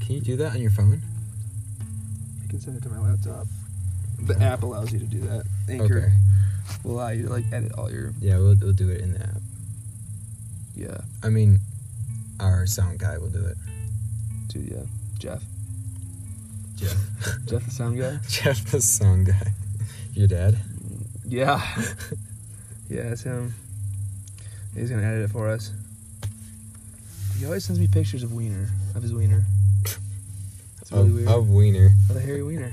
B: Can you do that on your phone?
A: I can send it to my laptop. The app allows you to do that. Anchor
B: Okay.
A: will allow you to, like, edit all your.
B: Yeah, we'll, we'll do it in the app.
A: Yeah,
B: I mean, our sound guy will do it.
A: dude, yeah. Jeff.
B: Jeff.
A: Jeff, the sound guy?
B: Jeff, the sound guy. Your dad?
A: Yeah. yeah, it's him. He's gonna edit it for us. He always sends me pictures of Wiener, of his Wiener. It's really
B: of,
A: weird.
B: of Wiener.
A: Of a hairy Wiener.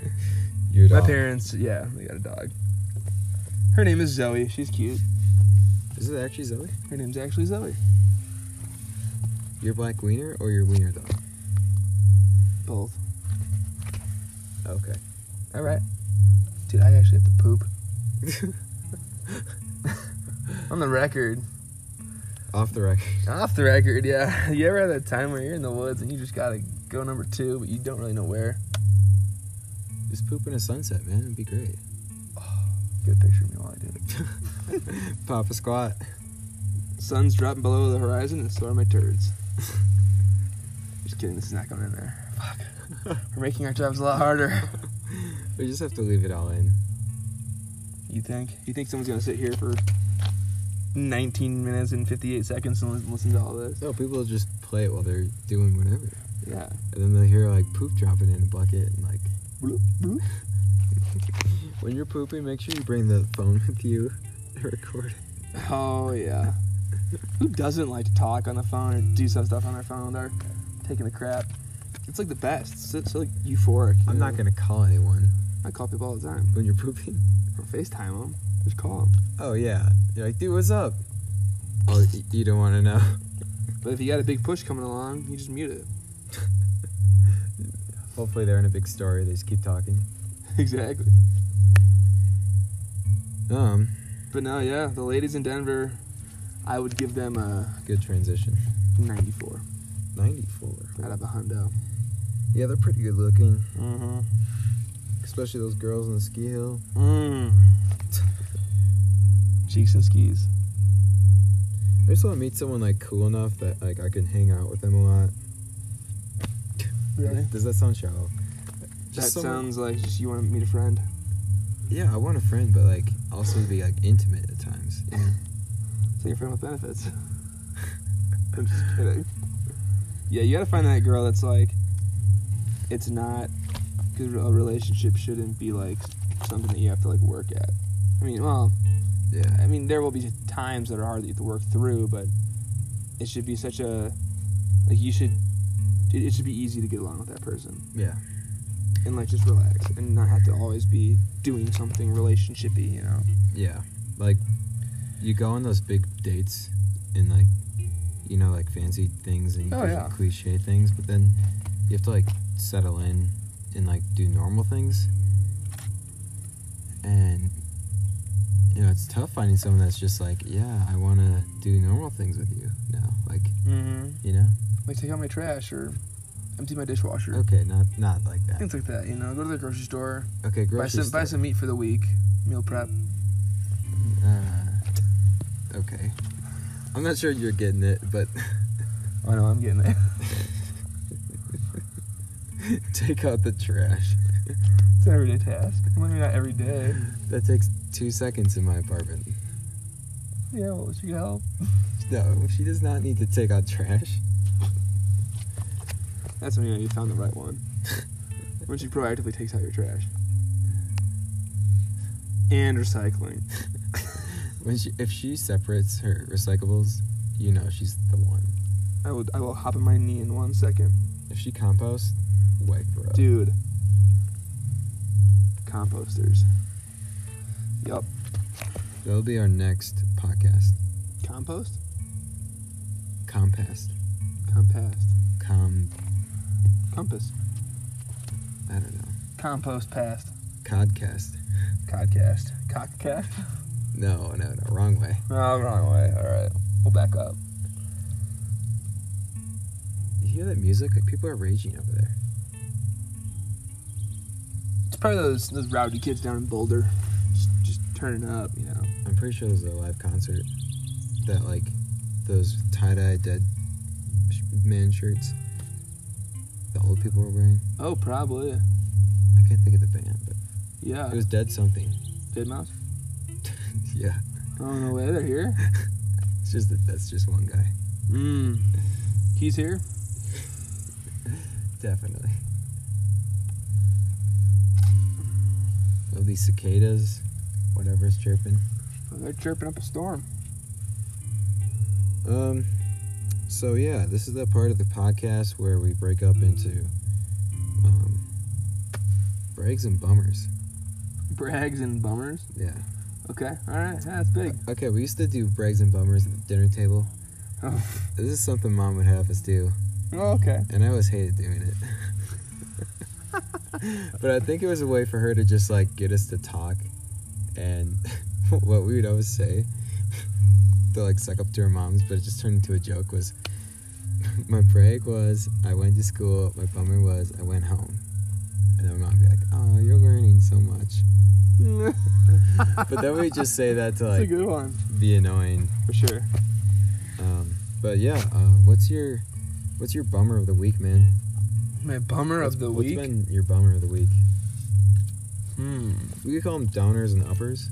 B: Your
A: My
B: dog.
A: parents, yeah, they got a dog. Her name is Zoe. She's cute.
B: Is it actually Zoe?
A: Her name's actually Zoe.
B: Your black wiener or your wiener dog?
A: Both.
B: Okay.
A: All right. Dude, I actually have to poop. On the record.
B: Off the record.
A: Off the record, yeah. You ever had that time where you're in the woods and you just gotta go number two, but you don't really know where?
B: Just poop in a sunset, man. It'd be great.
A: Get a picture of me while I do it.
B: Pop a squat.
A: Sun's dropping below the horizon, and so are my turds. Just kidding, this is not going in there. Fuck. We're making our jobs a lot harder.
B: We just have to leave it all in.
A: You think? You think someone's gonna sit here for 19 minutes and 58 seconds and lis- listen to all this?
B: No, people just play it while they're doing whatever.
A: Yeah.
B: And then they'll hear like poop dropping in a bucket and like
A: Bloop, bloop.
B: when you're pooping, make sure you bring the phone with you to record it.
A: Oh, yeah. Who doesn't like to talk on the phone or do some stuff on their phone or taking a crap? It's like the best. It's so, so, like euphoric. you
B: I'm not
A: know?
B: gonna call anyone
A: I call people all the time.
B: when you're pooping.
A: I'll FaceTime them. Just call them.
B: Oh yeah. You're like, dude, what's up? Oh, y- you don't wanna know.
A: But if you got a big push coming along, you just mute it.
B: Hopefully they're in a big story, they just keep talking.
A: exactly.
B: Um,
A: But no, yeah, the ladies in Denver, I would give them a
B: good transition.
A: 94
B: Ninety four.
A: out of a hundo.
B: Yeah, they're pretty good looking.
A: Mm-hmm.
B: Especially those girls on the ski hill.
A: Mm. Cheeks and skis.
B: I just want to meet someone like cool enough that like I can hang out with them a lot.
A: Really?
B: Does that sound shallow?
A: That
B: Just someone-
A: sounds like just you want to meet a friend.
B: Yeah, I want a friend, but like also to be like intimate at times. you know?
A: So your friend with benefits. I'm just kidding. Yeah, you gotta find that girl that's like, it's not, because a relationship shouldn't be like something that you have to like work at. I mean, well, I
B: Yeah.
A: mean, there will be times that are hard that you have to work through, but it should be such a like you should. It, it should be easy to get along with that person
B: Yeah.
A: and like just relax and not have to always be doing something relationshipy, you know.
B: Yeah. Like you go on those big dates and like you know like fancy things and
A: Oh,
B: cliche-
A: yeah.
B: cliche things, but then you have to like settle in and like do normal things. And you know, it's tough finding someone that's just like, yeah, I want to do normal things with you now. Like,
A: Mm-hmm.
B: you know?
A: Like take out my trash or empty my dishwasher.
B: Okay, not not like that.
A: Things like that, you know. Go to the grocery store,
B: Okay, grocery
A: buy some buy
B: store.
A: some meat for the week, meal prep.
B: Uh, okay. I'm not sure you're getting it, but
A: I know Oh, I'm getting it.
B: take out the trash.
A: it's an everyday task. Well, maybe not every day.
B: That takes two seconds in my apartment.
A: Yeah, well, she could help.
B: No, she does not need to take out trash.
A: That's when you know you found the right one. when she proactively takes out your trash. And recycling.
B: When she, if she separates her recyclables, you know she's the one.
A: I will I will hop on my knee in one second.
B: If she composts, wipe her up.
A: Dude. Composters. Yup.
B: That'll be our next podcast.
A: Compost?
B: Compast.
A: Compast.
B: Com.
A: Compass.
B: I don't know.
A: Compost past.
B: Codcast.
A: Codcast. Cockcast.
B: No, no, no. Wrong way.
A: No, wrong way. All right, we'll back up.
B: You hear that music? Like people are raging over there.
A: It's probably those those rowdy kids down in Boulder, just, just turning up, you know.
B: I'm pretty sure there's a live concert that like those tie dye dead sh- man shirts the old people were wearing.
A: Oh, probably.
B: I can't think of the band, but
A: Yeah.
B: it was Dead Something.
A: Dead mouse.
B: yeah,
A: Oh no way, they're here.
B: it's just that that's just one guy.
A: Mmm. He's here.
B: Definitely. Love these cicadas, whatever's chirping.
A: Oh, they're chirping up a storm.
B: Um, so yeah, this is that part of the podcast where we break up into um, brags and bummers.
A: Brags and bummers.
B: Yeah.
A: Okay. All right. Yeah, that's big.
B: Okay, we used to do brags and bummers at the dinner table.
A: Oh.
B: This is something mom would have us do,
A: Oh, okay.
B: and I always hated doing it. but I think it was a way for her to just like get us to talk, and what we would always say to like suck up to her mom's, but it just turned into a joke. Was my brag was I went to school, my bummer was I went home, and then my mom would be like, "Oh, you're learning so much," but then we just say that to
A: That's a
B: like
A: good one
B: be annoying.
A: for sure.
B: Um, but yeah, uh, what's your what's your bummer of the week, man?
A: My bummer
B: What's-
A: of the
B: what's
A: week.
B: been your bummer of the week?
A: Hmm.
B: We could call them downers and uppers,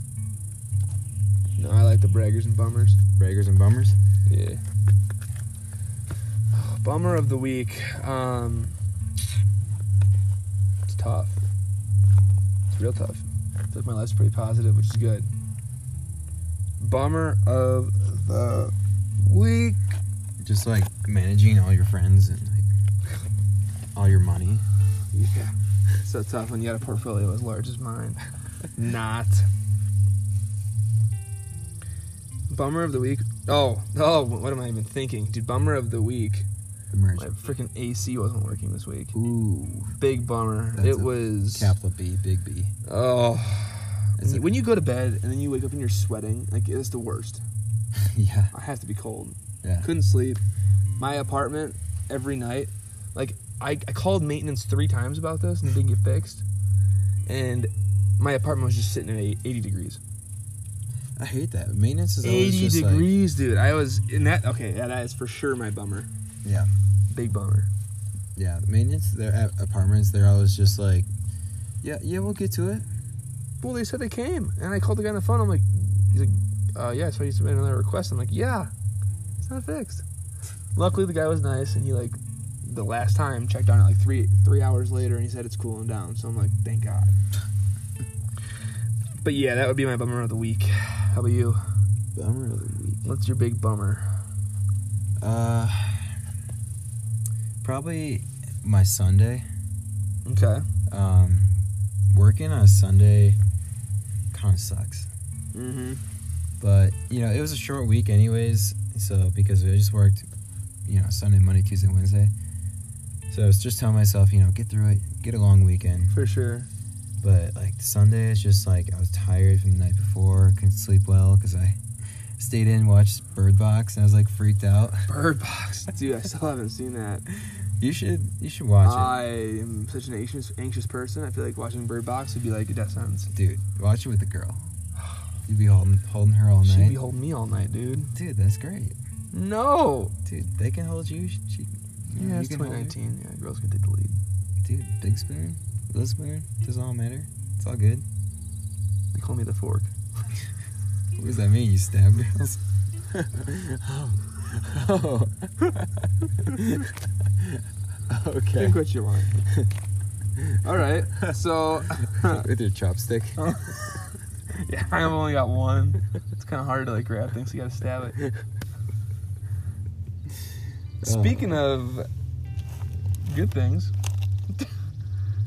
A: No, I like the braggers and bummers.
B: braggers and bummers.
A: Yeah. Bummer of the week. Um, it's tough. It's real tough. I feel like my life's pretty positive, which is good. Bummer of the week.
B: Just like managing all your friends and like all your money.
A: Yeah. So tough when you got a portfolio as large as mine. Not. Bummer of the week. Oh, oh, what am I even thinking? Dude, bummer of the week.
B: The merch.
A: My freaking AC wasn't working this week.
B: Ooh,
A: Big bummer.
B: That's
A: it
B: a
A: was.
B: capital B, big B.
A: Oh. When
B: It's
A: you,
B: a-
A: when you go to bed and then you wake up and you're sweating, like it's the worst.
B: yeah,
A: I have to be cold.
B: yeah.
A: Couldn't sleep. My apartment every night. Like I, I called maintenance three times about this and it didn't get fixed. And my apartment was just sitting at eight- 80 degrees.
B: I hate that. Maintenance is always
A: 80
B: just like
A: degrees, dude. I was in that. Okay, yeah, that is for sure my bummer.
B: yeah,
A: Big bummer.
B: yeah. Maintenance, their a- apartments, they're always just like, yeah, yeah, we'll get to it.
A: Well, they said they came, and I called the guy on the phone. I'm like, he's like, uh, yeah, so you submitted another request. I'm like, yeah, it's not fixed. Luckily, the guy was nice, and he like, the last time checked on it like three three hours later, and he said it's cooling down. So I'm like, thank God. but yeah, that would be my bummer of the week. How about you?
B: Bummer of the week.
A: What's your big bummer?
B: Uh, probably my Sunday.
A: Okay.
B: Um, working on a Sunday kind of sucks,
A: Mm-hmm.
B: but you know it was a short week anyways. So because I just worked, you know, Sunday, Monday, Tuesday, Wednesday. So I was just telling myself, you know, get through it, get a long weekend.
A: For sure.
B: But like Sunday, it's just like I was tired from the night before, couldn't sleep well because I stayed in, watched Bird Box, and I was like freaked out.
A: Bird Box, dude. I still haven't seen that.
B: You should, you should watch it.
A: I am such an anxious anxious person. I feel like watching Bird Box would be like a death sentence.
B: Dude, watch it with the girl. You'd be holding holding her all
A: She'd
B: night.
A: be holding me all night, dude.
B: Dude, that's great.
A: No.
B: Dude, they can hold you. She, she- you know,
A: Yeah,
B: you
A: it's
B: can hold her.
A: 2019. Yeah, girls can take the lead.
B: Dude, big spoon, little spoon, doesn't all matter. It's all good.
A: They call me the fork.
B: What does that mean? You stab girls? oh. oh. okay.
A: Think what you want. All right. So,
B: with your chopstick.
A: yeah, I've only got one. It's kind of hard to like grab things. You gotta stab it. Speaking of good things,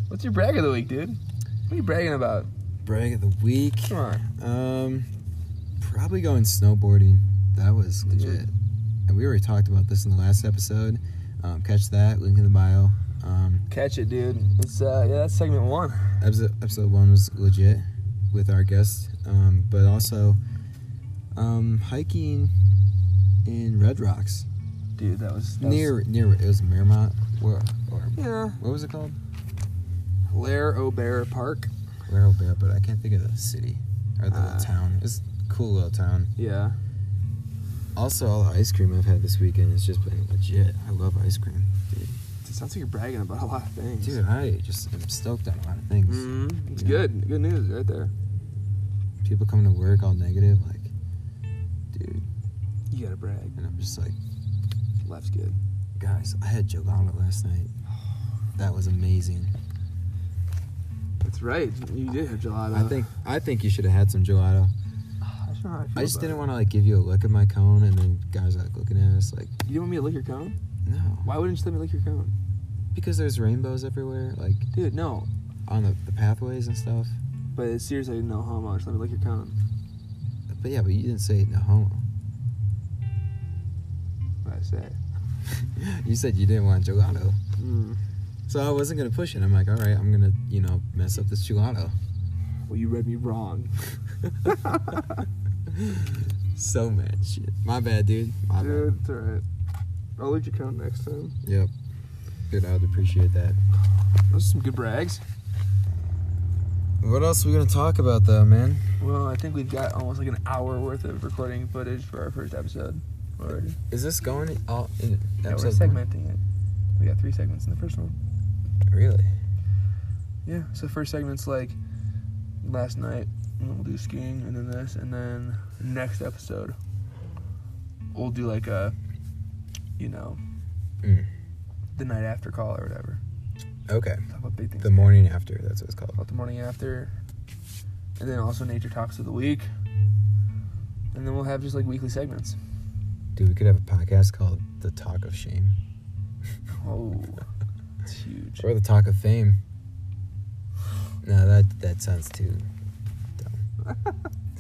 A: what's your brag of the week, dude? What are you bragging about?
B: Brag of the week.
A: Come on.
B: Um, probably going snowboarding. That
A: Mm-hmm.
B: was legit. And we already talked about this in the last episode. Um, catch that link in the bio. Um,
A: Catch it, dude. It's uh, yeah, that's segment one.
B: episode, episode one was legit with our guest, um, but also Um, hiking in Red Rocks
A: Dude, that was that was-
B: near near it was Miramont. Where or
A: yeah,
B: what was it called?
A: Lair O'Bear Park.
B: Where Bear, but I can't think of the city or the
A: Uh,
B: town. It's a cool little town.
A: Yeah.
B: Also, all the ice cream I've had this weekend has just been legit. I love ice cream,
A: It sounds like you're bragging about a lot of things.
B: dude. I just am stoked on a lot of things.
A: hmm It's
B: Yeah.
A: good. Good news right there.
B: People coming to work all negative, like, dude,
A: You gotta brag.
B: and I'm just like,
A: Life's good.
B: guys, I had gelato last night. That was amazing.
A: That's right. You did have gelato.
B: I think I think you should have had some gelato.
A: Uh, I, just don't know how feel
B: I just
A: about
B: didn't
A: it.
B: want to like give you a look at my cone, and then guys are like looking at us like,
A: You didn't want me to lick your cone?
B: no,
A: Why wouldn't you let me lick your cone?
B: because there's rainbows everywhere, like
A: Dude, no.
B: on the, the pathways and stuff.
A: But it's seriously no homo. Just let me lick your cone.
B: But yeah, but you didn't say no homo.
A: What I say?
B: You said you didn't want gelato,
A: Mm.
B: so I wasn't gonna push it. I'm like, all right, I'm gonna you know mess up this gelato.
A: Well, you read me wrong.
B: So mad shit. My bad, dude. My bad.
A: Dude, it's alright. I'll lick your cone next time.
B: Yep. Dude, I would appreciate that.
A: Those are some good brags.
B: What else are we gonna talk about though, man?
A: Well, I think we've got almost like an hour worth of recording footage for our first episode already.
B: Is this going all in
A: Yeah,
B: episode
A: we're segmenting it. We got three segments in the first one.
B: one? Really?
A: Yeah, so first segment's like last night, and then we'll do skiing, and then this, and then next episode, we'll do like a, you know,
B: Mm.
A: the night after call or whatever.
B: Okay.
A: Talk about big things.
B: The morning after, that's what it's called.
A: about the morning after, and then also nature talks of the week, and then we'll have just like weekly segments.
B: Dude, we could have a podcast called The Talk of Shame.
A: Oh, it's huge.
B: Or The Talk of Fame. No, that that sounds too dumb.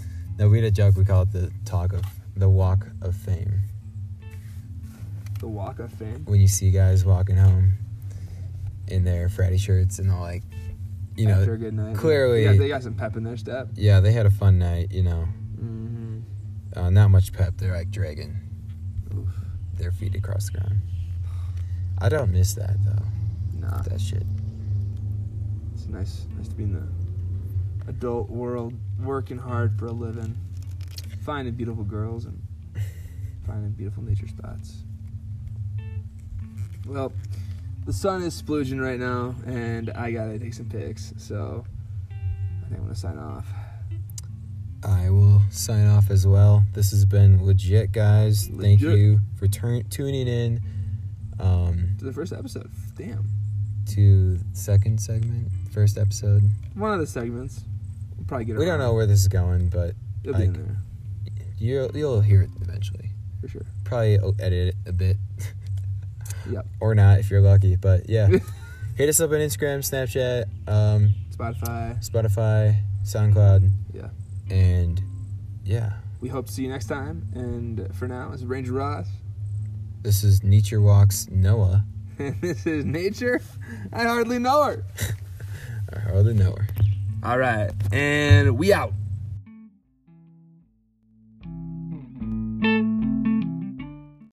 B: no, we had a joke, we call it the talk of the walk of fame.
A: The Walk of Fame.
B: When you see guys walking home in their fratty shirts and all like you know
A: after a good night.
B: clearly-
A: yeah, they got some pep in their step.
B: Yeah, they had a fun night, you know.
A: Mm-hmm.
B: Uh, not much pep, they're like dragging
A: Oof.
B: their feet across the ground. I don't miss that though.
A: Nah,
B: That shit.
A: it's nice. Nice to be in the adult world, working hard for a living, finding beautiful girls and finding beautiful nature spots. Well, the sun is splooging right now, and I gotta take some pics. So I think I'm gonna sign off.
B: I will sign off as well. This has been legit, guys. Thank
A: Legit.
B: you for turn- tuning in um,
A: To the first episode. Damn.
B: to the second segment, first episode.
A: One of the segments. We'll probably get.
B: We don't
A: around.
B: know where this is going, but
A: It'll be in
B: like-
A: there
B: you'll you'll hear it eventually.
A: for sure.
B: Probably o- edit it a bit.
A: Yep.
B: Or not if you're lucky, but yeah. Hit us up on Instagram, Snapchat, um,
A: Spotify.
B: Spotify, SoundCloud,
A: Yeah.
B: and yeah.
A: We hope to see you next time. And for now, it's Ranger Ross.
B: This is Nature Walks Noah.
A: And this is Nature. I hardly know her.
B: I hardly know her.
A: All right. And we out.